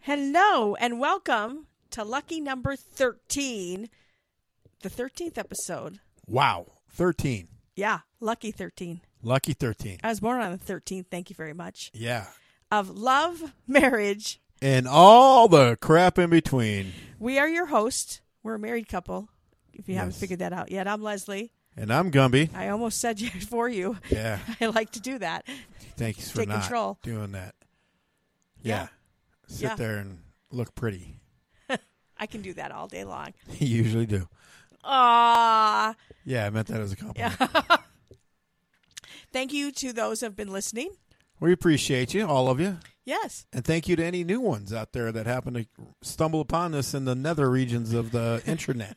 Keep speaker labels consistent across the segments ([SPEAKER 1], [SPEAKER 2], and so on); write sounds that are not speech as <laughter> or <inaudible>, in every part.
[SPEAKER 1] Hello and welcome to lucky number 13, the 13th episode.
[SPEAKER 2] Wow. 13.
[SPEAKER 1] Yeah, lucky 13.
[SPEAKER 2] Lucky 13.
[SPEAKER 1] I was born on the 13th, thank you very much.
[SPEAKER 2] Yeah.
[SPEAKER 1] Of love, marriage.
[SPEAKER 2] And all the crap in between.
[SPEAKER 1] We are your host. We're a married couple, if you haven't
[SPEAKER 2] Yes.
[SPEAKER 1] figured that out yet. I'm Leslie.
[SPEAKER 2] And I'm Gumby.
[SPEAKER 1] I almost said <laughs> you for you.
[SPEAKER 2] Yeah.
[SPEAKER 1] I like to do that.
[SPEAKER 2] Thanks for
[SPEAKER 1] Take
[SPEAKER 2] not
[SPEAKER 1] control.
[SPEAKER 2] doing that.
[SPEAKER 1] Yeah.
[SPEAKER 2] Yeah. Sit
[SPEAKER 1] Yeah.
[SPEAKER 2] there and look pretty. <laughs>
[SPEAKER 1] I can do that all day long.
[SPEAKER 2] You usually do.
[SPEAKER 1] Ah.
[SPEAKER 2] Yeah, I meant that as a compliment.
[SPEAKER 1] <laughs> Thank you to those who have been listening.
[SPEAKER 2] We appreciate you, all of you.
[SPEAKER 1] Yes.
[SPEAKER 2] And thank you to any new ones out there that happen to stumble upon us in the nether regions of
[SPEAKER 1] <laughs>
[SPEAKER 2] the internet.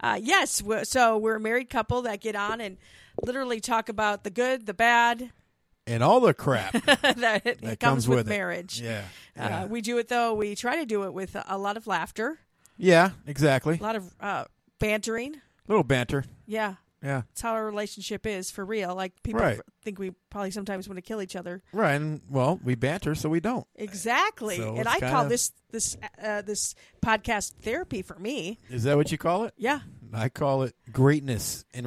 [SPEAKER 1] Uh, yes. We're, so we're a married couple that get on and literally talk about the good, the bad <laughs>
[SPEAKER 2] And all the crap that,
[SPEAKER 1] that, it comes, with,
[SPEAKER 2] it.
[SPEAKER 1] marriage.
[SPEAKER 2] Yeah. Yeah.
[SPEAKER 1] Uh, we do it though. We try to do it with a lot of laughter,
[SPEAKER 2] yeah, exactly.
[SPEAKER 1] a lot of uh, bantering.
[SPEAKER 2] little banter.
[SPEAKER 1] Yeah.
[SPEAKER 2] Yeah.
[SPEAKER 1] It's how our relationship is for real. Like people
[SPEAKER 2] Right.
[SPEAKER 1] think we probably sometimes want to kill each other.
[SPEAKER 2] Right. And, well, we banter, so we don't.
[SPEAKER 1] Exactly.
[SPEAKER 2] So
[SPEAKER 1] and
[SPEAKER 2] it's
[SPEAKER 1] I
[SPEAKER 2] kind
[SPEAKER 1] call
[SPEAKER 2] of-
[SPEAKER 1] this this uh, this podcast therapy for me.
[SPEAKER 2] Is that what you call it?
[SPEAKER 1] Yeah.
[SPEAKER 2] I call it greatness in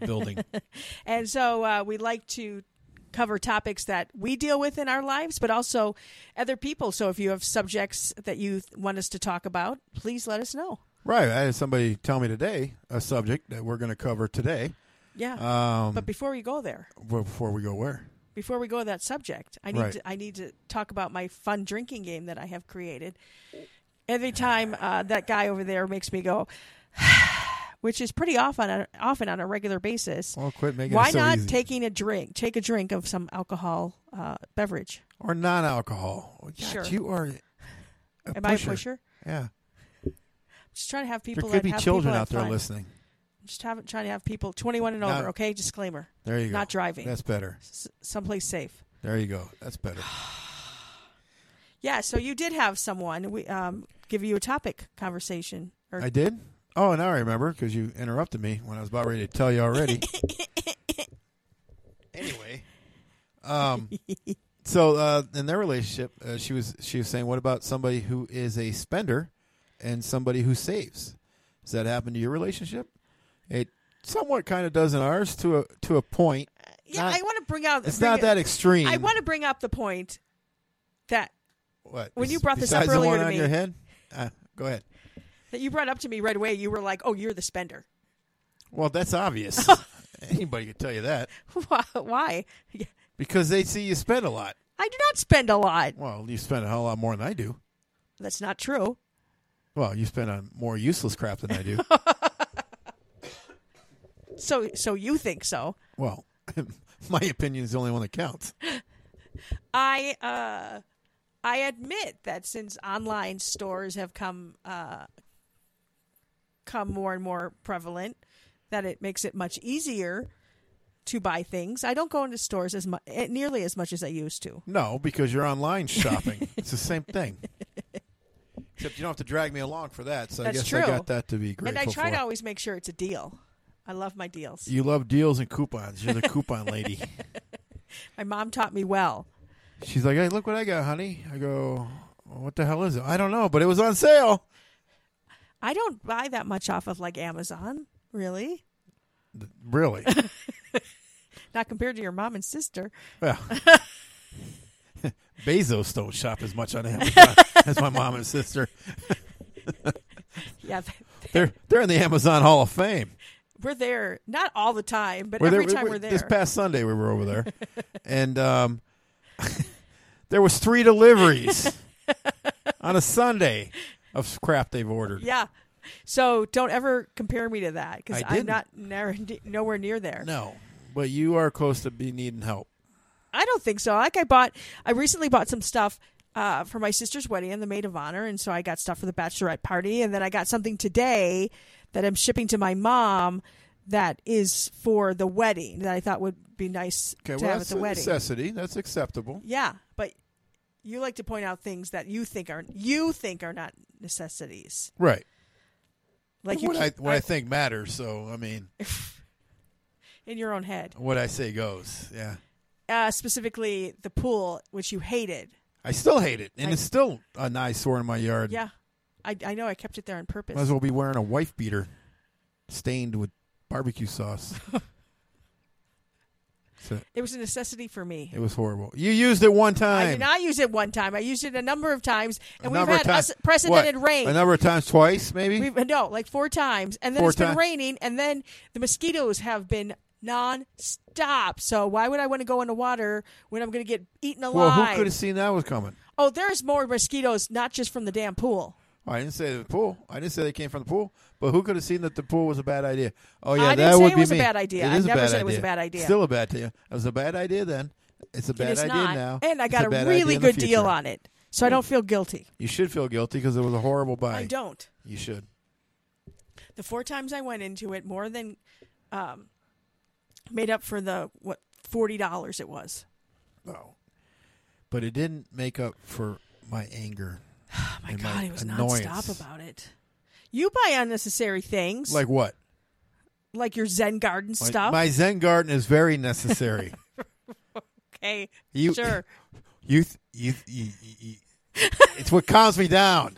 [SPEAKER 1] <laughs>
[SPEAKER 2] building.
[SPEAKER 1] And so uh, we like to cover topics that we deal with in our lives, but also other people. So if you have subjects that you th- want us to talk about, please let us know.
[SPEAKER 2] right. I had somebody tell me today a subject that we're going to cover today.
[SPEAKER 1] Yeah.
[SPEAKER 2] Um,
[SPEAKER 1] but before we go there,
[SPEAKER 2] well, before we go where?
[SPEAKER 1] before we go to that subject, I need
[SPEAKER 2] Right.
[SPEAKER 1] to, I need to talk about my fun drinking game that I have created. Every time uh, that guy over there makes me go, <sighs> which is pretty often uh, often on a regular basis.
[SPEAKER 2] Well, quit making
[SPEAKER 1] Why
[SPEAKER 2] it so
[SPEAKER 1] not
[SPEAKER 2] easy.
[SPEAKER 1] taking a drink? Take a drink of some alcohol uh, beverage.
[SPEAKER 2] or non-alcohol. Oh, God,
[SPEAKER 1] Sure.
[SPEAKER 2] You are.
[SPEAKER 1] Am
[SPEAKER 2] pusher.
[SPEAKER 1] I a pusher?
[SPEAKER 2] Yeah.
[SPEAKER 1] Just trying to have people.
[SPEAKER 2] there
[SPEAKER 1] that
[SPEAKER 2] could be
[SPEAKER 1] have
[SPEAKER 2] children
[SPEAKER 1] people
[SPEAKER 2] out there
[SPEAKER 1] fun.
[SPEAKER 2] listening.
[SPEAKER 1] Just have, trying to have people 21 and
[SPEAKER 2] Not-
[SPEAKER 1] over. Okay, disclaimer.
[SPEAKER 2] There you go.
[SPEAKER 1] Not driving.
[SPEAKER 2] That's better.
[SPEAKER 1] S- someplace safe.
[SPEAKER 2] There you go. That's better.
[SPEAKER 1] Yeah. So you did have someone we um, give you a topic conversation. Or,
[SPEAKER 2] I did. Oh, now I remember because you interrupted me when I was about ready to tell
[SPEAKER 1] <laughs>
[SPEAKER 2] you already. anyway, um, so uh, in their relationship, uh, she was she was saying, "What about somebody who is a spender and somebody who saves? Does that happen to your relationship? It somewhat kind of does in ours to a to a point.
[SPEAKER 1] yeah,
[SPEAKER 2] not-
[SPEAKER 1] I want to bring out.
[SPEAKER 2] It's
[SPEAKER 1] bring
[SPEAKER 2] not
[SPEAKER 1] it-
[SPEAKER 2] that extreme.
[SPEAKER 1] I want to bring up the point that
[SPEAKER 2] what
[SPEAKER 1] when you brought this up
[SPEAKER 2] besides the
[SPEAKER 1] earlier
[SPEAKER 2] one
[SPEAKER 1] to
[SPEAKER 2] on
[SPEAKER 1] me-
[SPEAKER 2] your head. Uh, go ahead.
[SPEAKER 1] that you brought up to me right away. You were like, "Oh, you're the spender." <laughs>
[SPEAKER 2] Well, that's obvious. Anybody could tell you that
[SPEAKER 1] Why?
[SPEAKER 2] because they see you spend a lot.
[SPEAKER 1] I do not spend a lot.
[SPEAKER 2] Well, you spend a hell of a lot more than I do.
[SPEAKER 1] That's not true.
[SPEAKER 2] Well, you spend on more useless crap than I
[SPEAKER 1] <laughs>
[SPEAKER 2] do.
[SPEAKER 1] So, so you think so?
[SPEAKER 2] well, <laughs> my opinion is the only one that counts.
[SPEAKER 1] I uh, I admit that since online stores have come uh, come more and more prevalent, that it makes it much easier to buy things. I don't go into stores as mu- eh, nearly as much as I used to.
[SPEAKER 2] No, because
[SPEAKER 1] <laughs>
[SPEAKER 2] you're online shopping. it's the same thing. Except you don't have to drag me along for that. So
[SPEAKER 1] That's
[SPEAKER 2] I guess
[SPEAKER 1] true.
[SPEAKER 2] I got that to be
[SPEAKER 1] and
[SPEAKER 2] grateful
[SPEAKER 1] I try
[SPEAKER 2] for.
[SPEAKER 1] to always make sure it's a deal. I love my deals.
[SPEAKER 2] You love deals and coupons. You're the coupon
[SPEAKER 1] <laughs>
[SPEAKER 2] lady.
[SPEAKER 1] My mom taught me well.
[SPEAKER 2] She's like, "Hey, look what I got, honey." I go, "What the hell is it?" I don't know, but it was on sale.
[SPEAKER 1] I don't buy that much off of like Amazon, really. <laughs>
[SPEAKER 2] Really?
[SPEAKER 1] Not compared to your mom and sister.
[SPEAKER 2] Well, <laughs> Bezos don't shop as much
[SPEAKER 1] <laughs>
[SPEAKER 2] on Amazon as my mom and sister.
[SPEAKER 1] Yeah, <laughs>
[SPEAKER 2] They're they're in the Amazon Hall of Fame.
[SPEAKER 1] we're there not all the time, but
[SPEAKER 2] We're
[SPEAKER 1] every
[SPEAKER 2] there-
[SPEAKER 1] time
[SPEAKER 2] we-
[SPEAKER 1] we're there.
[SPEAKER 2] This past Sunday we were over there, and um, <laughs> there was
[SPEAKER 1] <laughs>
[SPEAKER 2] three deliveries on a Sunday of crap they've ordered.
[SPEAKER 1] Yeah. So don't ever compare me to that because
[SPEAKER 2] I
[SPEAKER 1] I'm
[SPEAKER 2] didn't.
[SPEAKER 1] not nar- nowhere near there.
[SPEAKER 2] No, but you are close to be needing help.
[SPEAKER 1] I don't think so. Like I bought, I recently bought some stuff uh, for my sister's wedding and the maid of honor, and so I got stuff for the bachelorette party, and then I got something today that I'm shipping to my mom that is for the wedding that I thought would be nice
[SPEAKER 2] Okay,
[SPEAKER 1] to
[SPEAKER 2] well,
[SPEAKER 1] have at
[SPEAKER 2] that's
[SPEAKER 1] the
[SPEAKER 2] a
[SPEAKER 1] wedding.
[SPEAKER 2] necessity. That's acceptable.
[SPEAKER 1] Yeah, but you like to point out things that you think are you think are not necessities.
[SPEAKER 2] Right.
[SPEAKER 1] Like you
[SPEAKER 2] what I
[SPEAKER 1] keep-
[SPEAKER 2] what I think matters. So
[SPEAKER 1] <laughs>
[SPEAKER 2] I mean,
[SPEAKER 1] in your own head.
[SPEAKER 2] what I say goes. Yeah.
[SPEAKER 1] Uh, specifically the pool which you hated.
[SPEAKER 2] I still hate it, and
[SPEAKER 1] I-
[SPEAKER 2] it's still an eyesore in my yard.
[SPEAKER 1] Yeah. I, I know I kept it there on purpose.
[SPEAKER 2] Might as well be wearing a wife beater, stained with
[SPEAKER 1] <laughs>
[SPEAKER 2] barbecue sauce. so
[SPEAKER 1] It was a necessity for me.
[SPEAKER 2] it was horrible. You used it one time.
[SPEAKER 1] I did not use it one time. I used it a number of times,
[SPEAKER 2] A
[SPEAKER 1] and we've
[SPEAKER 2] number of
[SPEAKER 1] had
[SPEAKER 2] times-
[SPEAKER 1] us- precedented
[SPEAKER 2] what?
[SPEAKER 1] rain.
[SPEAKER 2] A number of times, twice maybe.
[SPEAKER 1] We've no, like four times, and then
[SPEAKER 2] Four
[SPEAKER 1] it's been
[SPEAKER 2] times.
[SPEAKER 1] raining, and then the mosquitoes have been non-stop. So why would I want to go in the water when I'm going to get eaten
[SPEAKER 2] well,
[SPEAKER 1] alive?
[SPEAKER 2] who could have seen that was coming?
[SPEAKER 1] oh, there's more mosquitoes, not just from the damn pool.
[SPEAKER 2] Oh, I didn't say the pool. I didn't say they came from the pool. But who could have seen that the pool was a bad idea? Oh yeah,
[SPEAKER 1] I didn't
[SPEAKER 2] that
[SPEAKER 1] say
[SPEAKER 2] would
[SPEAKER 1] it
[SPEAKER 2] be
[SPEAKER 1] was a
[SPEAKER 2] me.
[SPEAKER 1] bad idea. I
[SPEAKER 2] is
[SPEAKER 1] never
[SPEAKER 2] bad
[SPEAKER 1] said it was a bad idea.
[SPEAKER 2] Still a bad idea. It was a bad idea then. It's a bad
[SPEAKER 1] it is
[SPEAKER 2] idea
[SPEAKER 1] not,
[SPEAKER 2] now.
[SPEAKER 1] and I
[SPEAKER 2] It's
[SPEAKER 1] got a,
[SPEAKER 2] bad idea
[SPEAKER 1] really
[SPEAKER 2] in the
[SPEAKER 1] good deal
[SPEAKER 2] future.
[SPEAKER 1] on it, so I don't feel guilty.
[SPEAKER 2] You should feel guilty because it was a horrible buy.
[SPEAKER 1] I don't.
[SPEAKER 2] You should.
[SPEAKER 1] The four times I went into it, more than um, made up for the what forty dollars it was.
[SPEAKER 2] No. But it didn't make up for my anger.
[SPEAKER 1] <sighs> Oh my
[SPEAKER 2] and
[SPEAKER 1] god,
[SPEAKER 2] my
[SPEAKER 1] it was
[SPEAKER 2] annoyance.
[SPEAKER 1] nonstop about it. You buy unnecessary things.
[SPEAKER 2] Like what?
[SPEAKER 1] like your Zen garden
[SPEAKER 2] My-
[SPEAKER 1] stuff.
[SPEAKER 2] My Zen garden is very necessary.
[SPEAKER 1] <laughs> okay,
[SPEAKER 2] You- <laughs>
[SPEAKER 1] sure.
[SPEAKER 2] you, th- you, th- you, you, you, it's what calms me down.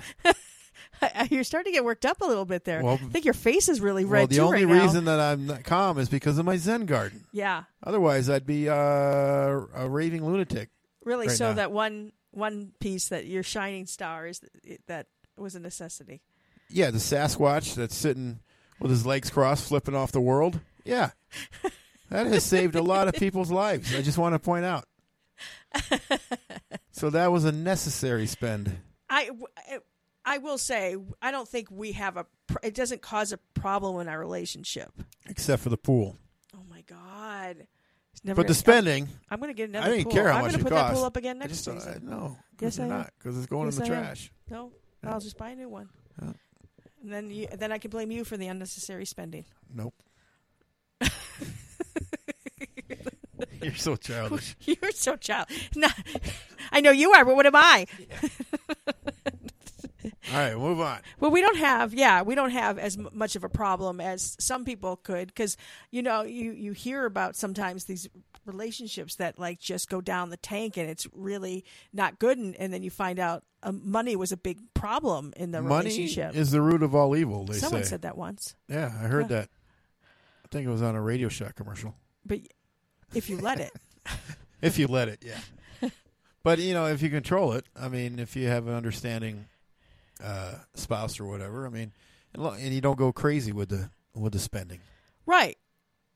[SPEAKER 1] you're starting to get worked up a little bit there.
[SPEAKER 2] Well,
[SPEAKER 1] I think your face is really <laughs> red.
[SPEAKER 2] well, the
[SPEAKER 1] too
[SPEAKER 2] only
[SPEAKER 1] right now.
[SPEAKER 2] reason that I'm not calm is because of my Zen garden.
[SPEAKER 1] yeah,
[SPEAKER 2] Otherwise, I'd be uh, a raving lunatic.
[SPEAKER 1] really.
[SPEAKER 2] right
[SPEAKER 1] so
[SPEAKER 2] now.
[SPEAKER 1] that one one piece that your shining star is that was a necessity.
[SPEAKER 2] Yeah, the Sasquatch that's sitting with his legs crossed, flipping off the world.
[SPEAKER 1] <laughs>
[SPEAKER 2] Yeah, that has saved a lot of people's lives. I just want to point out. So that was a necessary spend.
[SPEAKER 1] I I will say I don't think we have a. pr- It doesn't cause a problem in our relationship.
[SPEAKER 2] except for the pool.
[SPEAKER 1] Oh my god. It's never
[SPEAKER 2] But
[SPEAKER 1] gonna-
[SPEAKER 2] the spending,
[SPEAKER 1] I'm going to get another.
[SPEAKER 2] I didn't
[SPEAKER 1] pool.
[SPEAKER 2] care how
[SPEAKER 1] I'm
[SPEAKER 2] much
[SPEAKER 1] gonna
[SPEAKER 2] it
[SPEAKER 1] put
[SPEAKER 2] cost.
[SPEAKER 1] that pool up again
[SPEAKER 2] I
[SPEAKER 1] next
[SPEAKER 2] just don't-
[SPEAKER 1] season.
[SPEAKER 2] I- no,
[SPEAKER 1] Yes,
[SPEAKER 2] yes,
[SPEAKER 1] I am.
[SPEAKER 2] not because it's going
[SPEAKER 1] Yes,
[SPEAKER 2] in the
[SPEAKER 1] I am.
[SPEAKER 2] trash.
[SPEAKER 1] No, I'll just buy a new one.
[SPEAKER 2] Yeah.
[SPEAKER 1] And then you, then I can blame you for the unnecessary spending. <laughs>
[SPEAKER 2] Nope. You're so childish.
[SPEAKER 1] You're so child. <laughs> No, I know you are, but what am I?
[SPEAKER 2] All right, move on.
[SPEAKER 1] Well, we don't have, yeah, we don't have as m- much of a problem as some people could, because you know, you you hear about sometimes these relationships that like just go down the tank, and it's really not good, and, and then you find out uh, money was a big problem in the
[SPEAKER 2] Money
[SPEAKER 1] relationship.
[SPEAKER 2] is the root of all evil. They
[SPEAKER 1] Someone
[SPEAKER 2] say.
[SPEAKER 1] said that once,
[SPEAKER 2] Yeah, I heard that. I think it was on a Radio Shack commercial.
[SPEAKER 1] but if you let it, <laughs>
[SPEAKER 2] If you let it, yeah. <laughs> but you know, if you control it, I mean, if you have an understanding uh, spouse or whatever, I mean, and, lo- and you don't go crazy with the with the spending.
[SPEAKER 1] Right.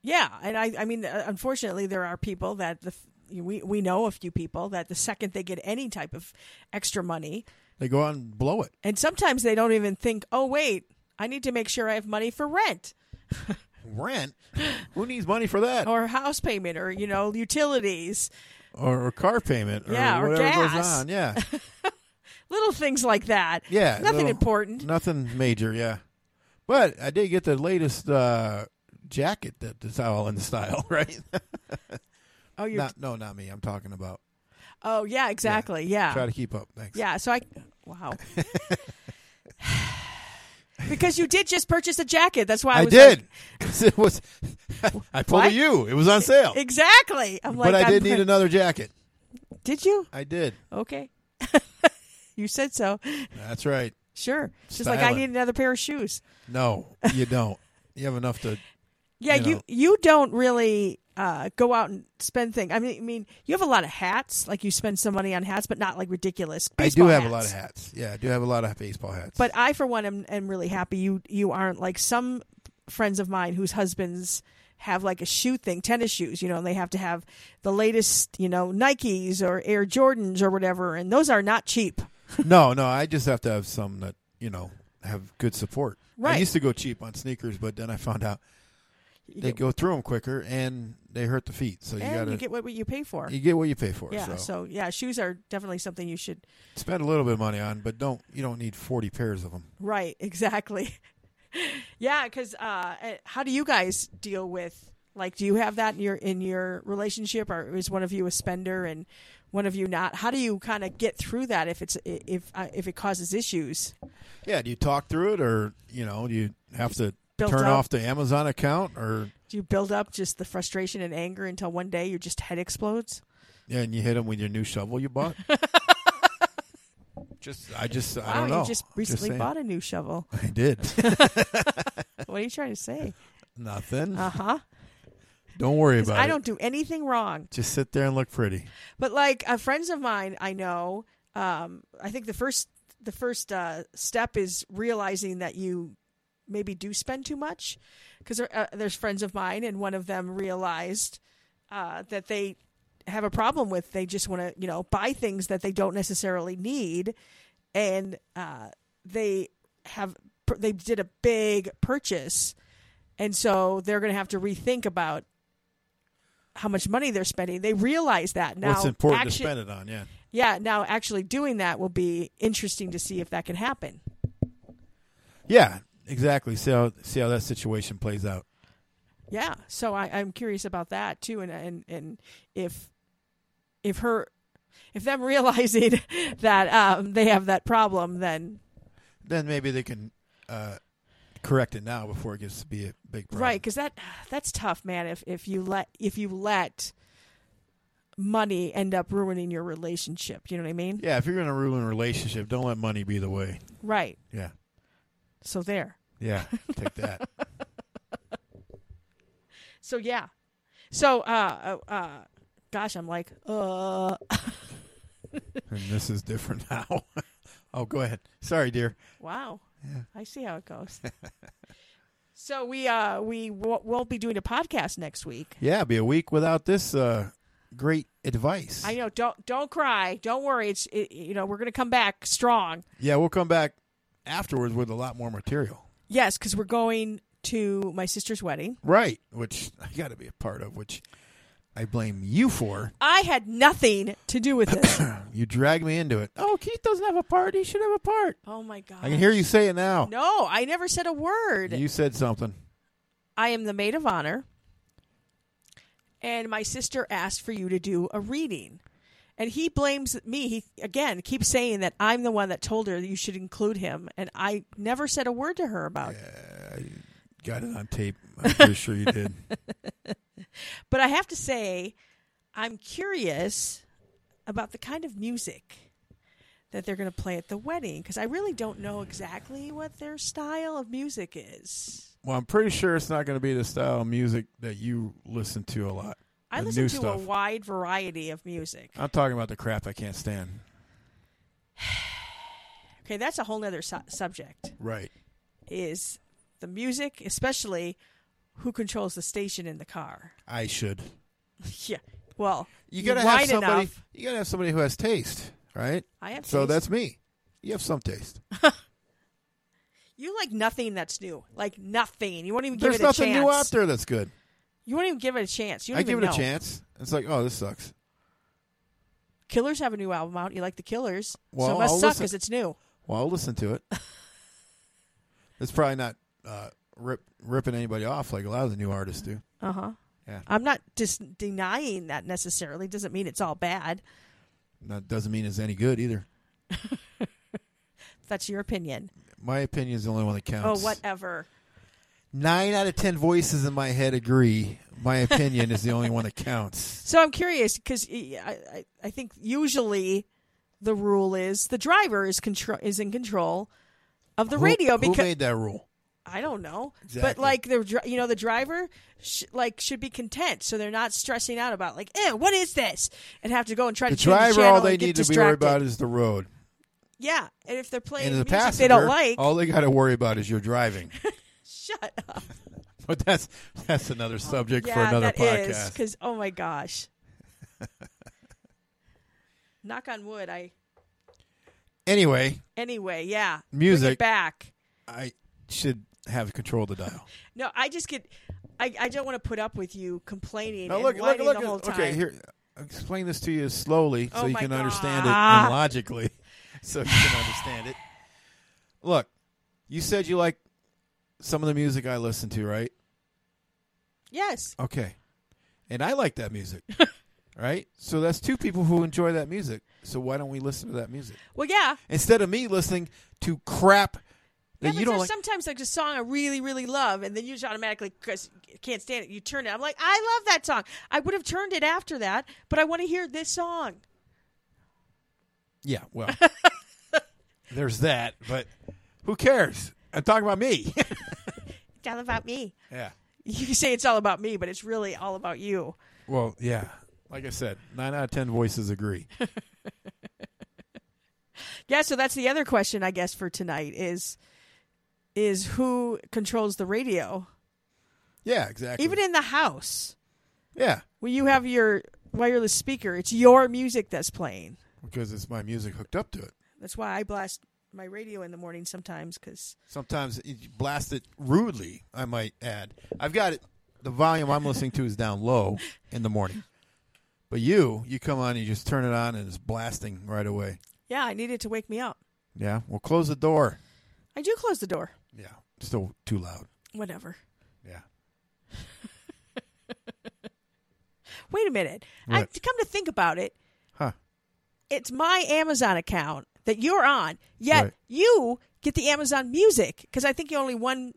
[SPEAKER 1] Yeah, and I I mean uh, unfortunately there are people that the f- we we know a few people that the second they get any type of extra money
[SPEAKER 2] They go out and blow it.
[SPEAKER 1] and sometimes they don't even think, "Oh wait, I need to make sure I have money for rent
[SPEAKER 2] Rent? Who needs money for
[SPEAKER 1] <laughs>
[SPEAKER 2] that? Or,
[SPEAKER 1] or house payment or you know, utilities,
[SPEAKER 2] or, car payment? Or
[SPEAKER 1] Yeah, or
[SPEAKER 2] whatever goes
[SPEAKER 1] gas. <laughs>
[SPEAKER 2] on. Yeah,
[SPEAKER 1] little things like that."
[SPEAKER 2] yeah.
[SPEAKER 1] Nothing
[SPEAKER 2] little-
[SPEAKER 1] important.
[SPEAKER 2] Nothing major. Yeah. But I did get the latest uh, jacket that is all in style, <laughs> right?
[SPEAKER 1] Oh, you are
[SPEAKER 2] not, no, not me. I'm talking about.
[SPEAKER 1] Oh, yeah, exactly. Yeah.
[SPEAKER 2] Try to keep up. Thanks.
[SPEAKER 1] Yeah, so I
[SPEAKER 2] <laughs>
[SPEAKER 1] wow. because you did just purchase a jacket. That's why I,
[SPEAKER 2] I,
[SPEAKER 1] was like-
[SPEAKER 2] did. 'Cause <laughs> it was. I pulled
[SPEAKER 1] What?
[SPEAKER 2] a U. It was on sale.
[SPEAKER 1] exactly. I'm like
[SPEAKER 2] but I
[SPEAKER 1] I'm
[SPEAKER 2] did
[SPEAKER 1] pre-
[SPEAKER 2] need another jacket.
[SPEAKER 1] Did you?
[SPEAKER 2] I did.
[SPEAKER 1] Okay. <laughs> you said so.
[SPEAKER 2] That's right.
[SPEAKER 1] Sure. Just like I
[SPEAKER 2] Styling.
[SPEAKER 1] need another pair of shoes.
[SPEAKER 2] No, you don't. You have enough to.
[SPEAKER 1] Yeah,
[SPEAKER 2] You
[SPEAKER 1] you
[SPEAKER 2] know.
[SPEAKER 1] you don't really uh, go out and spend things. I mean, I mean, you have a lot of hats. Like you spend some money on hats, but not like ridiculous.
[SPEAKER 2] I do
[SPEAKER 1] Baseball
[SPEAKER 2] have a
[SPEAKER 1] hats.
[SPEAKER 2] lot of hats. Yeah, I do have a lot of baseball hats.
[SPEAKER 1] But I, for one, am, am really happy you you aren't like some friends of mine whose husbands have like a shoe thing, tennis shoes, you know, and they have to have the latest, you know, Nikes or Air Jordans or whatever, and those are not cheap.
[SPEAKER 2] No, no, I just have to have some that you know have good support. I
[SPEAKER 1] Right.
[SPEAKER 2] used to go cheap on sneakers, but then I found out
[SPEAKER 1] You
[SPEAKER 2] they
[SPEAKER 1] get,
[SPEAKER 2] go through them quicker and they hurt the feet. So you
[SPEAKER 1] and
[SPEAKER 2] gotta
[SPEAKER 1] you get what you pay for.
[SPEAKER 2] you get what you pay for.
[SPEAKER 1] yeah.
[SPEAKER 2] so.
[SPEAKER 1] so yeah, shoes are definitely something you should
[SPEAKER 2] spend a little bit of money on, but don't you don't need forty pairs of them.
[SPEAKER 1] Right, exactly. <laughs> yeah, because uh, eh, how do you guys deal with like? Do you have that in your in your relationship, or is one of you a spender and one of you not? How do you kind of get through that if it's i- if uh, if it causes issues?
[SPEAKER 2] Yeah, do you talk through it, or you know, do you have to
[SPEAKER 1] Built
[SPEAKER 2] turn
[SPEAKER 1] up.
[SPEAKER 2] off the Amazon account, or
[SPEAKER 1] Do you build up just the frustration and anger until one day your just head explodes?
[SPEAKER 2] yeah, and you hit them with your new shovel
[SPEAKER 1] <laughs>
[SPEAKER 2] you bought? just I just I
[SPEAKER 1] wow,
[SPEAKER 2] don't know.
[SPEAKER 1] you just recently
[SPEAKER 2] saying.
[SPEAKER 1] bought a new shovel.
[SPEAKER 2] <laughs> I did
[SPEAKER 1] <laughs> what are you trying to
[SPEAKER 2] <laughs>
[SPEAKER 1] say?
[SPEAKER 2] nothing.
[SPEAKER 1] Uh huh.
[SPEAKER 2] don't worry about
[SPEAKER 1] I
[SPEAKER 2] it.
[SPEAKER 1] don't do anything wrong.
[SPEAKER 2] Just sit there and look pretty.
[SPEAKER 1] But like uh, friends of mine, I know. Um, I think the first the first uh, step is realizing that you maybe do spend too much, because uh, there's friends of mine, and one of them realized uh, that they have a problem with. They just want to you know buy things that they don't necessarily need, and uh, they have pur- they did a big purchase, and so they're going to have to rethink about. How much money they're spending? They realize that now.
[SPEAKER 2] What's important
[SPEAKER 1] action-
[SPEAKER 2] to spend it on? Yeah,
[SPEAKER 1] yeah, now actually doing that will be interesting to see if that can happen.
[SPEAKER 2] yeah, exactly. See how see how that situation plays out.
[SPEAKER 1] Yeah, so I, I'm curious about that too, and and and if if her if them <laughs> realizing that um, they have that problem, then
[SPEAKER 2] Then maybe they can uh, correct it now before it gets to be a big problem.
[SPEAKER 1] right because that that's tough, man. If if you let if you let money end up ruining your relationship, you know what I mean?
[SPEAKER 2] Yeah, if you're going to ruin a relationship, don't let money be the way.
[SPEAKER 1] Right.
[SPEAKER 2] Yeah.
[SPEAKER 1] So there.
[SPEAKER 2] Yeah. Take that.
[SPEAKER 1] So yeah. So uh uh, uh gosh, I'm like uh <laughs>
[SPEAKER 2] and this is different <laughs> now. oh, go ahead. Sorry, dear.
[SPEAKER 1] Wow.
[SPEAKER 2] Yeah.
[SPEAKER 1] I see how it goes. <laughs> so we uh we w- won't be doing a podcast next week.
[SPEAKER 2] Yeah, it'd be a week without this uh, great advice.
[SPEAKER 1] I know. Don't don't cry. Don't worry. It's it, you know we're gonna come back strong.
[SPEAKER 2] yeah, we'll come back afterwards with a lot more material.
[SPEAKER 1] Yes, because we're going to my sister's wedding.
[SPEAKER 2] Right, which I got to be a part of, which I blame you for.
[SPEAKER 1] I had nothing to do with
[SPEAKER 2] <coughs>
[SPEAKER 1] this.
[SPEAKER 2] You dragged me into it. Oh, Keith doesn't have a part. He should have a part.
[SPEAKER 1] oh my god.
[SPEAKER 2] I can hear you say it now.
[SPEAKER 1] No, I never said a word.
[SPEAKER 2] You said something.
[SPEAKER 1] I am the maid of honor, and my sister asked for you to do a reading. And he blames me. He again keeps saying that I'm the one that told her that you should include him, and I never said a word to her about it.
[SPEAKER 2] Got it on tape. I'm pretty sure
[SPEAKER 1] <laughs>
[SPEAKER 2] you did.
[SPEAKER 1] But I have to say, I'm curious about the kind of music that they're going to play at the wedding because I really don't know exactly what their style of music is.
[SPEAKER 2] Well, I'm pretty sure it's not going to be the style of music that you listen to a lot.
[SPEAKER 1] I
[SPEAKER 2] The
[SPEAKER 1] listen
[SPEAKER 2] new
[SPEAKER 1] to a
[SPEAKER 2] stuff.
[SPEAKER 1] wide variety of music.
[SPEAKER 2] I'm talking about the crap I can't stand.
[SPEAKER 1] Okay, that's a whole other su- subject.
[SPEAKER 2] Right.
[SPEAKER 1] is the music, especially who controls the station in the car. <laughs>
[SPEAKER 2] I should.
[SPEAKER 1] yeah. Well,
[SPEAKER 2] You gotta
[SPEAKER 1] whine
[SPEAKER 2] have somebody.
[SPEAKER 1] Enough.
[SPEAKER 2] You gotta have somebody who has taste, right?
[SPEAKER 1] I have.
[SPEAKER 2] So
[SPEAKER 1] taste.
[SPEAKER 2] that's me. You have some taste.
[SPEAKER 1] you like nothing that's new, like nothing. You won't even
[SPEAKER 2] There's
[SPEAKER 1] give it a chance.
[SPEAKER 2] nothing new out there that's good.
[SPEAKER 1] You won't even give it a chance. You don't
[SPEAKER 2] I
[SPEAKER 1] even
[SPEAKER 2] give it
[SPEAKER 1] know.
[SPEAKER 2] a chance. It's like, oh, this sucks.
[SPEAKER 1] Killers have a new album out. You like the Killers, so
[SPEAKER 2] Well,
[SPEAKER 1] it must
[SPEAKER 2] I'll
[SPEAKER 1] suck
[SPEAKER 2] listen.
[SPEAKER 1] because it's new.
[SPEAKER 2] Well, I'll listen
[SPEAKER 1] <laughs>
[SPEAKER 2] to it. it's probably not uh, rip, ripping anybody off like a lot of the new artists do.
[SPEAKER 1] Uh huh.
[SPEAKER 2] Yeah.
[SPEAKER 1] I'm not dis- denying that necessarily. Doesn't mean it's all bad.
[SPEAKER 2] That doesn't mean it's any good either.
[SPEAKER 1] That's your opinion.
[SPEAKER 2] My opinion is the only one that
[SPEAKER 1] Oh,
[SPEAKER 2] counts.
[SPEAKER 1] whatever.
[SPEAKER 2] Nine out of ten voices in my head agree. My opinion is the only one that counts.
[SPEAKER 1] So I'm curious because I, I I think usually the rule is the driver is control is in control of <laughs> the
[SPEAKER 2] Who-
[SPEAKER 1] radio
[SPEAKER 2] who
[SPEAKER 1] because
[SPEAKER 2] made that rule?
[SPEAKER 1] I don't know, but
[SPEAKER 2] Exactly.
[SPEAKER 1] like the dri- you know the driver sh- like should be content so they're not stressing out about like eh what is this and have to go and try
[SPEAKER 2] The
[SPEAKER 1] to change the
[SPEAKER 2] driver,
[SPEAKER 1] channel
[SPEAKER 2] all they
[SPEAKER 1] and get
[SPEAKER 2] need to be
[SPEAKER 1] distracted.
[SPEAKER 2] worried about is the road.
[SPEAKER 1] yeah and if they're playing
[SPEAKER 2] And the
[SPEAKER 1] music
[SPEAKER 2] passenger,
[SPEAKER 1] they don't like
[SPEAKER 2] all they got to worry about is
[SPEAKER 1] <laughs>
[SPEAKER 2] your driving.
[SPEAKER 1] shut up
[SPEAKER 2] but that's that's another subject
[SPEAKER 1] yeah
[SPEAKER 2] for another
[SPEAKER 1] that is
[SPEAKER 2] podcast.
[SPEAKER 1] because oh my
[SPEAKER 2] <laughs>
[SPEAKER 1] gosh knock on wood I
[SPEAKER 2] Anyway,
[SPEAKER 1] anyway yeah Bring it
[SPEAKER 2] music.
[SPEAKER 1] back.
[SPEAKER 2] I should have control of the dial.
[SPEAKER 1] No, I just get I, I don't want to put up with you complaining
[SPEAKER 2] Now
[SPEAKER 1] and
[SPEAKER 2] look, look,
[SPEAKER 1] whining
[SPEAKER 2] look.
[SPEAKER 1] the whole time.
[SPEAKER 2] Okay, here. Explain this to you slowly so
[SPEAKER 1] Oh
[SPEAKER 2] you
[SPEAKER 1] my
[SPEAKER 2] can understand it
[SPEAKER 1] God.
[SPEAKER 2] and logically, <laughs> so you can understand it. Look, you said you like some of the music I listen to, right?
[SPEAKER 1] Yes.
[SPEAKER 2] Okay, and I like
[SPEAKER 1] <laughs>
[SPEAKER 2] that music, right? So that's two people who enjoy that music. So why don't we listen to that music
[SPEAKER 1] Well, yeah.
[SPEAKER 2] instead of me listening to crap
[SPEAKER 1] Yeah,
[SPEAKER 2] that
[SPEAKER 1] but
[SPEAKER 2] you don't
[SPEAKER 1] there's
[SPEAKER 2] like?
[SPEAKER 1] sometimes like a song I really, really love, and then you just automatically because can't stand it, you turn it. I'm like, I love that song. I would have turned it after that, but I want to hear this song.
[SPEAKER 2] <laughs> Yeah, well, there's that, but who cares? I'm talking about me. <laughs>
[SPEAKER 1] It's all about me. <laughs>
[SPEAKER 2] yeah.
[SPEAKER 1] You can say it's all about me, but it's really all about you.
[SPEAKER 2] Well, yeah. Like I said, nine out of ten voices agree.
[SPEAKER 1] Yeah, so that's the other question I guess for tonight is is who controls the radio?
[SPEAKER 2] Yeah, exactly.
[SPEAKER 1] Even in the house,
[SPEAKER 2] yeah,
[SPEAKER 1] when you have your wireless speaker, it's your music that's playing.
[SPEAKER 2] because it's my music hooked up to it.
[SPEAKER 1] That's why I blast my radio in the morning sometimes cuz
[SPEAKER 2] Sometimes it blast it rudely. I might add. I've got it. The volume I'm listening to is down low in the morning, but you you come on, you just turn it on, and it's blasting right away.
[SPEAKER 1] yeah, I need it to wake me up.
[SPEAKER 2] Yeah, well, close the door.
[SPEAKER 1] I do close the door.
[SPEAKER 2] Yeah, still too loud.
[SPEAKER 1] Whatever.
[SPEAKER 2] Yeah.
[SPEAKER 1] Wait a minute. I
[SPEAKER 2] What?
[SPEAKER 1] come to think about it,
[SPEAKER 2] Huh.
[SPEAKER 1] it's my Amazon account that you're on, yet
[SPEAKER 2] Right.
[SPEAKER 1] you get the Amazon Music because I think only one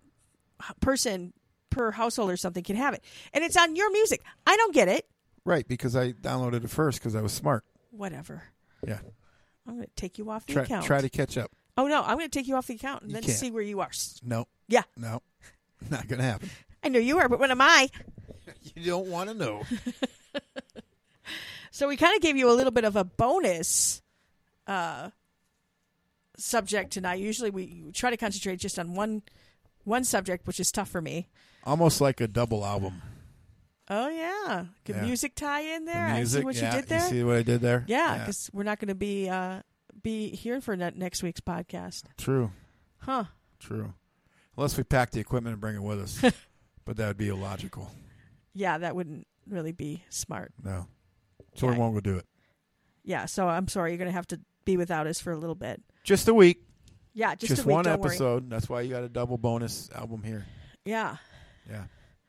[SPEAKER 1] h- person per household or something can have it, and it's on your music. I don't get it.
[SPEAKER 2] Right, because I downloaded it first because I was smart.
[SPEAKER 1] Whatever.
[SPEAKER 2] Yeah.
[SPEAKER 1] I'm going to take you off the
[SPEAKER 2] Try,
[SPEAKER 1] account.
[SPEAKER 2] try to catch up.
[SPEAKER 1] oh no, I'm going to take you off the account and
[SPEAKER 2] You
[SPEAKER 1] then
[SPEAKER 2] can't.
[SPEAKER 1] see where you are. S-
[SPEAKER 2] No,
[SPEAKER 1] Yeah,
[SPEAKER 2] no, <laughs> not
[SPEAKER 1] <laughs>
[SPEAKER 2] gonna happen.
[SPEAKER 1] I know you are, but when am I?
[SPEAKER 2] You don't want to know.
[SPEAKER 1] So we kind of gave you a little bit of a bonus uh, subject tonight. Usually we try to concentrate just on one one subject, which is tough for me.
[SPEAKER 2] <laughs> Almost like a double album.
[SPEAKER 1] Oh yeah, good
[SPEAKER 2] Yeah.
[SPEAKER 1] music tie in
[SPEAKER 2] The
[SPEAKER 1] there. I see what
[SPEAKER 2] yeah,
[SPEAKER 1] you did there.
[SPEAKER 2] see what I did there?
[SPEAKER 1] yeah, because we're not going to be uh, be here for ne- next week's podcast,
[SPEAKER 2] true,
[SPEAKER 1] huh?
[SPEAKER 2] true. Unless we pack the equipment and bring it with us,
[SPEAKER 1] <laughs>
[SPEAKER 2] but that would be illogical.
[SPEAKER 1] Yeah, that wouldn't really be smart.
[SPEAKER 2] No, so we
[SPEAKER 1] Yeah.
[SPEAKER 2] won't go do it.
[SPEAKER 1] Yeah, so I'm sorry, you're going to have to be without us for a little bit.
[SPEAKER 2] Just a week,
[SPEAKER 1] Yeah,
[SPEAKER 2] just,
[SPEAKER 1] just, a week,
[SPEAKER 2] one
[SPEAKER 1] don't worry.
[SPEAKER 2] episode. That's why you got a double bonus album here.
[SPEAKER 1] Yeah.
[SPEAKER 2] Yeah.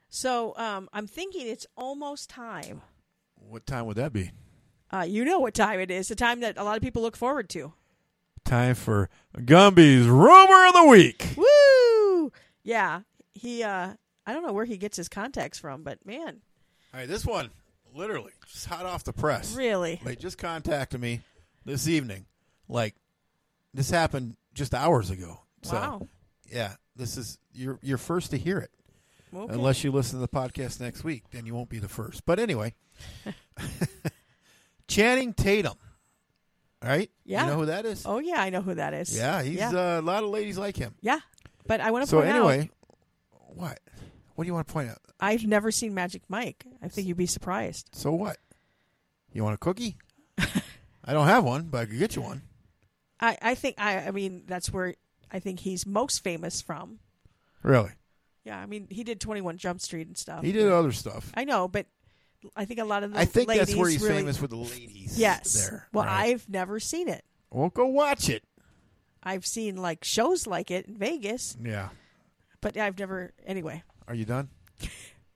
[SPEAKER 1] So um, I'm thinking it's almost time.
[SPEAKER 2] What time would that be?
[SPEAKER 1] Uh, you know what time it is? The time that a lot of people look forward to.
[SPEAKER 2] Time for Gumby's rumor of the week.
[SPEAKER 1] Woo! Yeah, he. Uh, I don't know where he gets his contacts from, but man,
[SPEAKER 2] All right, this one literally just hot off the press.
[SPEAKER 1] really.
[SPEAKER 2] They just contacted me this evening. Like this happened just hours ago. So
[SPEAKER 1] wow.
[SPEAKER 2] yeah, this is you're you're first to hear it.
[SPEAKER 1] Okay.
[SPEAKER 2] Unless you listen to the podcast next week, then you won't be the first. But anyway,
[SPEAKER 1] <laughs>
[SPEAKER 2] Channing Tatum. All right?
[SPEAKER 1] Yeah.
[SPEAKER 2] You know who that is?
[SPEAKER 1] Oh yeah, I know who that is.
[SPEAKER 2] yeah, he's
[SPEAKER 1] yeah.
[SPEAKER 2] Uh, a lot of ladies like him.
[SPEAKER 1] Yeah. But I want to
[SPEAKER 2] So
[SPEAKER 1] point out
[SPEAKER 2] anyway, what? What do you want to point out?
[SPEAKER 1] I've never seen Magic Mike. I think you'd be surprised.
[SPEAKER 2] So what? You want
[SPEAKER 1] <laughs>
[SPEAKER 2] a cookie? I don't have one, but I could get you one.
[SPEAKER 1] I, I think I I mean that's where I think he's most famous from.
[SPEAKER 2] Really?
[SPEAKER 1] Yeah, I mean he did Twenty One Jump Street and stuff.
[SPEAKER 2] He did other stuff.
[SPEAKER 1] I know, but I think a lot of the
[SPEAKER 2] I think
[SPEAKER 1] ladies
[SPEAKER 2] that's where he's
[SPEAKER 1] really,
[SPEAKER 2] famous with the ladies.
[SPEAKER 1] Yes.
[SPEAKER 2] There.
[SPEAKER 1] well,
[SPEAKER 2] right?
[SPEAKER 1] I've never seen it.
[SPEAKER 2] Well, go watch it.
[SPEAKER 1] I've seen like shows like it in Vegas,
[SPEAKER 2] Yeah.
[SPEAKER 1] but I've never anyway.
[SPEAKER 2] Are you done?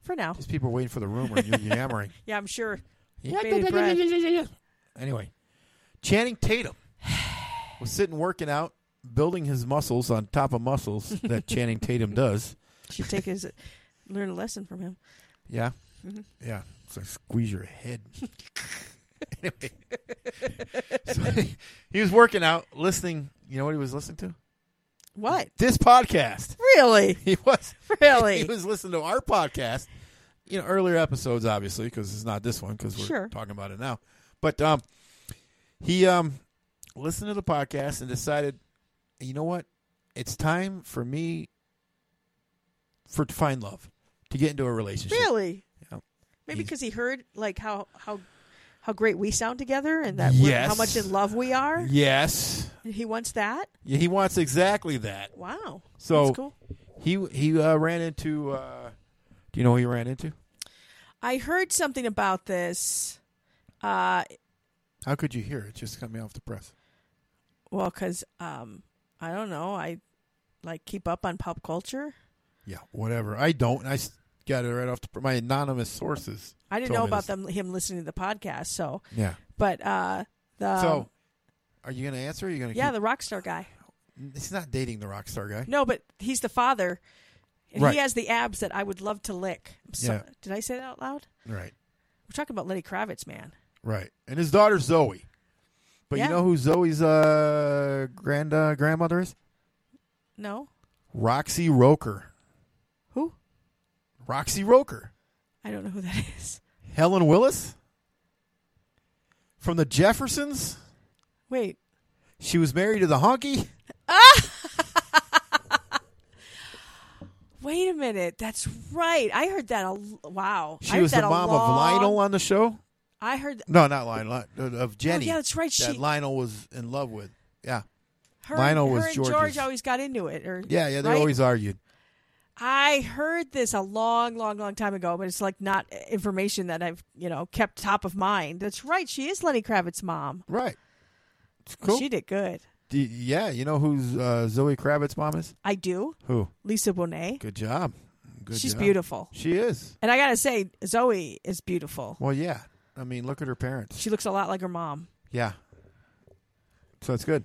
[SPEAKER 1] For now,
[SPEAKER 2] These people are waiting for the rumor and you're
[SPEAKER 1] <laughs>
[SPEAKER 2] yammering.
[SPEAKER 1] yeah, I'm sure.
[SPEAKER 2] Yeah,
[SPEAKER 1] Bated
[SPEAKER 2] yeah,
[SPEAKER 1] breath.
[SPEAKER 2] yeah, <laughs> yeah, yeah, yeah. Anyway, Channing Tatum was sitting working out, building his muscles on top of muscles
[SPEAKER 1] <laughs>
[SPEAKER 2] that Channing Tatum does.
[SPEAKER 1] Should take his learn a lesson from him.
[SPEAKER 2] Yeah.
[SPEAKER 1] Mhm.
[SPEAKER 2] Yeah. It's like squeeze
[SPEAKER 1] <laughs>
[SPEAKER 2] your head. anyway. <laughs> So he, he was working out, listening. You know what he was listening to?
[SPEAKER 1] What
[SPEAKER 2] This podcast. <laughs>
[SPEAKER 1] really,
[SPEAKER 2] He was.
[SPEAKER 1] really?
[SPEAKER 2] he was listening to our podcast, you know, earlier episodes, obviously, because it's not this one because we're
[SPEAKER 1] Sure.
[SPEAKER 2] talking about it now. But um, he um, listened to the podcast and decided, you know what, it's time for me for to find love, to get into a relationship.
[SPEAKER 1] Really?
[SPEAKER 2] Yeah.
[SPEAKER 1] Maybe
[SPEAKER 2] He's-
[SPEAKER 1] because he heard like how how how great we sound together and that we're
[SPEAKER 2] Yes.
[SPEAKER 1] how much in love we are.
[SPEAKER 2] Yes,
[SPEAKER 1] And He wants that.
[SPEAKER 2] Yeah, he wants exactly that.
[SPEAKER 1] Wow.
[SPEAKER 2] So
[SPEAKER 1] That's cool.
[SPEAKER 2] he he uh, ran into. Uh, you know who you ran into?
[SPEAKER 1] I heard something about this. Uh,
[SPEAKER 2] How could you hear it? Just cut me off the press.
[SPEAKER 1] well, because um, I don't know. I like keep up on pop culture.
[SPEAKER 2] Yeah, whatever. I don't. I s- got it right off the, pr- my anonymous sources.
[SPEAKER 1] I didn't
[SPEAKER 2] told
[SPEAKER 1] know
[SPEAKER 2] me
[SPEAKER 1] about
[SPEAKER 2] this.
[SPEAKER 1] them him listening to the podcast. So,
[SPEAKER 2] Yeah.
[SPEAKER 1] but uh, the
[SPEAKER 2] so, are you going to answer? Or are you going to?
[SPEAKER 1] yeah, the rock star guy.
[SPEAKER 2] keep, he's not dating the rock star guy.
[SPEAKER 1] No, but he's the father. And
[SPEAKER 2] Right.
[SPEAKER 1] He has the abs that I would love to lick. I'm So,
[SPEAKER 2] Yeah.
[SPEAKER 1] Did I say that out loud?
[SPEAKER 2] Right,
[SPEAKER 1] We're talking about Lenny Kravitz, man.
[SPEAKER 2] right. And his daughter Zoe. But
[SPEAKER 1] Yeah.
[SPEAKER 2] you know who Zoe's uh, grand uh, grandmother is?
[SPEAKER 1] No,
[SPEAKER 2] Roxy Roker.
[SPEAKER 1] who?
[SPEAKER 2] Roxy Roker.
[SPEAKER 1] I don't know who that <laughs> is.
[SPEAKER 2] Helen Willis from the Jeffersons.
[SPEAKER 1] Wait,
[SPEAKER 2] She was married to the honky.
[SPEAKER 1] wait a minute. That's right. I heard that. A, l- wow. I
[SPEAKER 2] She
[SPEAKER 1] heard
[SPEAKER 2] was the
[SPEAKER 1] that a
[SPEAKER 2] mom
[SPEAKER 1] long-
[SPEAKER 2] of Lionel on the show.
[SPEAKER 1] I heard
[SPEAKER 2] No, not Lionel. uh, Of Jenny.
[SPEAKER 1] Oh, yeah, that's right.
[SPEAKER 2] That
[SPEAKER 1] She-
[SPEAKER 2] Lionel was in love with. Yeah,
[SPEAKER 1] her,
[SPEAKER 2] Lionel
[SPEAKER 1] her
[SPEAKER 2] was
[SPEAKER 1] and
[SPEAKER 2] George's-
[SPEAKER 1] George always got into it. Or
[SPEAKER 2] yeah, yeah. They
[SPEAKER 1] right?
[SPEAKER 2] always argued.
[SPEAKER 1] I heard this a long, long, long time ago, but it's like not information that I've you know kept top of mind. That's right. She is Lenny Kravitz's mom.
[SPEAKER 2] Right. It's cool.
[SPEAKER 1] She did good.
[SPEAKER 2] D- yeah, you know who's uh, Zoe Kravitz's mom is?
[SPEAKER 1] I do.
[SPEAKER 2] Who?
[SPEAKER 1] Lisa Bonet.
[SPEAKER 2] Good job. Good
[SPEAKER 1] She's
[SPEAKER 2] job.
[SPEAKER 1] beautiful.
[SPEAKER 2] She is.
[SPEAKER 1] And I gotta say, Zoe is beautiful.
[SPEAKER 2] Well, yeah. I mean, look at her parents.
[SPEAKER 1] She looks a lot like her mom.
[SPEAKER 2] Yeah. So it's good.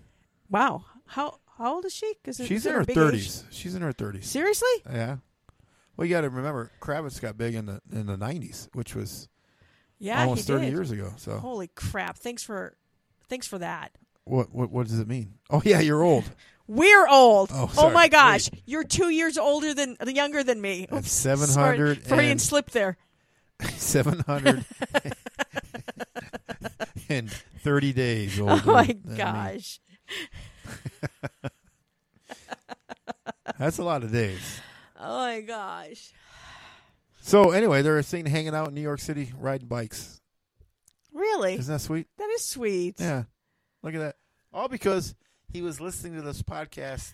[SPEAKER 1] Wow. How how old is she? Because
[SPEAKER 2] She's in her thirties. She's in her thirties.
[SPEAKER 1] Seriously?
[SPEAKER 2] Yeah. Well, you got to remember, Kravitz got big in the in the nineties, which was
[SPEAKER 1] Yeah,
[SPEAKER 2] almost
[SPEAKER 1] he
[SPEAKER 2] thirty
[SPEAKER 1] did.
[SPEAKER 2] years ago. So
[SPEAKER 1] Holy crap! Thanks for thanks for that.
[SPEAKER 2] what what what does it mean? Oh yeah, you're
[SPEAKER 1] <laughs>
[SPEAKER 2] old.
[SPEAKER 1] We're old.
[SPEAKER 2] Oh, sorry.
[SPEAKER 1] my gosh, you're two years older than younger than me.
[SPEAKER 2] That's
[SPEAKER 1] Oops,
[SPEAKER 2] 700
[SPEAKER 1] Sorry, Freudian
[SPEAKER 2] and-
[SPEAKER 1] slip there.
[SPEAKER 2] Seven hundred and thirty days
[SPEAKER 1] <laughs>
[SPEAKER 2] older.
[SPEAKER 1] Oh my
[SPEAKER 2] than me.
[SPEAKER 1] gosh.
[SPEAKER 2] that's a lot of days.
[SPEAKER 1] Oh my gosh.
[SPEAKER 2] So anyway, they're seen hanging out in New York City, riding bikes.
[SPEAKER 1] Really?
[SPEAKER 2] Isn't that sweet?
[SPEAKER 1] That is sweet.
[SPEAKER 2] Yeah. Look at that. All because he was listening to this podcast,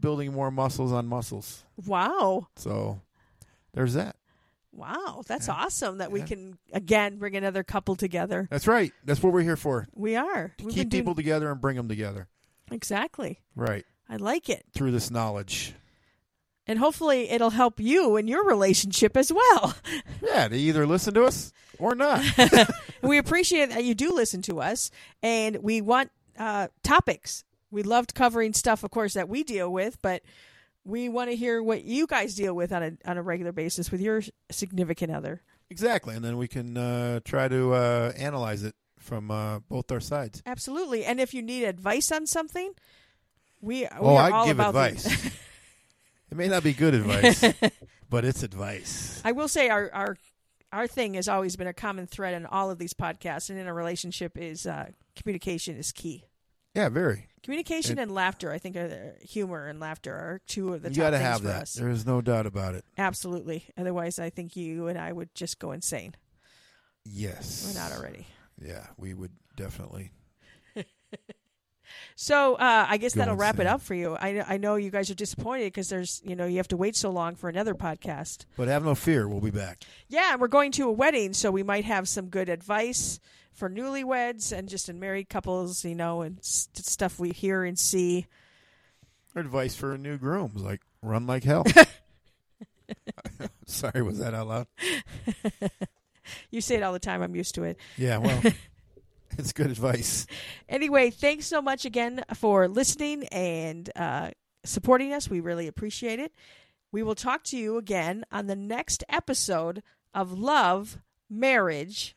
[SPEAKER 2] building more muscles on muscles.
[SPEAKER 1] Wow.
[SPEAKER 2] So there's that.
[SPEAKER 1] Wow. That's
[SPEAKER 2] Yeah.
[SPEAKER 1] awesome that we
[SPEAKER 2] Yeah.
[SPEAKER 1] can again bring another couple together.
[SPEAKER 2] That's right. That's what we're here for.
[SPEAKER 1] We are.
[SPEAKER 2] To
[SPEAKER 1] We've
[SPEAKER 2] keep
[SPEAKER 1] been
[SPEAKER 2] people
[SPEAKER 1] doing-
[SPEAKER 2] together and bring them together.
[SPEAKER 1] Exactly.
[SPEAKER 2] Right.
[SPEAKER 1] I like it.
[SPEAKER 2] Through this knowledge.
[SPEAKER 1] And hopefully it'll help you in your relationship as well. <laughs>
[SPEAKER 2] Yeah, to either listen to us or not.
[SPEAKER 1] we appreciate that you do listen to us and we want uh, topics we loved covering stuff of course that we deal with but we want to hear what you guys deal with on a on a regular basis with your significant other
[SPEAKER 2] exactly. And then we can uh, try to uh, analyze it from uh, both our sides.
[SPEAKER 1] absolutely and if you need advice on something we, we
[SPEAKER 2] oh,
[SPEAKER 1] are
[SPEAKER 2] I
[SPEAKER 1] all
[SPEAKER 2] give
[SPEAKER 1] about the-
[SPEAKER 2] advice. it may not be good advice, but it's advice.
[SPEAKER 1] <laughs> I will say our our our thing has always been a common thread in all of these podcasts and in a relationship is uh, communication is key
[SPEAKER 2] Yeah, very.
[SPEAKER 1] communication
[SPEAKER 2] And-
[SPEAKER 1] and, laughter i think are the, humor and laughter are two of the
[SPEAKER 2] you
[SPEAKER 1] top
[SPEAKER 2] got to
[SPEAKER 1] things
[SPEAKER 2] have
[SPEAKER 1] for
[SPEAKER 2] that.
[SPEAKER 1] us
[SPEAKER 2] There is no doubt about it.
[SPEAKER 1] Absolutely. Otherwise, I think you and I would just go insane.
[SPEAKER 2] Yes.
[SPEAKER 1] We're
[SPEAKER 2] <sighs>
[SPEAKER 1] not already.
[SPEAKER 2] Yeah, we would definitely.
[SPEAKER 1] So uh, I guess
[SPEAKER 2] Go
[SPEAKER 1] that'll wrap it
[SPEAKER 2] insane.
[SPEAKER 1] up for you. I, I know you guys are disappointed because there's, you know, you have to wait so long for another podcast.
[SPEAKER 2] But have no fear. We'll be back.
[SPEAKER 1] Yeah, and we're going to a wedding, so we might have some good advice for newlyweds and just in married couples, you know, and st- stuff we hear and see.
[SPEAKER 2] Advice for new grooms, like run
[SPEAKER 1] <laughs>
[SPEAKER 2] like hell. <laughs> Sorry, was that out loud?
[SPEAKER 1] You say it all the time. I'm used to it.
[SPEAKER 2] Yeah, well, <laughs> it's good advice.
[SPEAKER 1] Anyway, thanks so much again for listening and uh, supporting us. We really appreciate it. We will talk to you again on the next episode of Love, Marriage,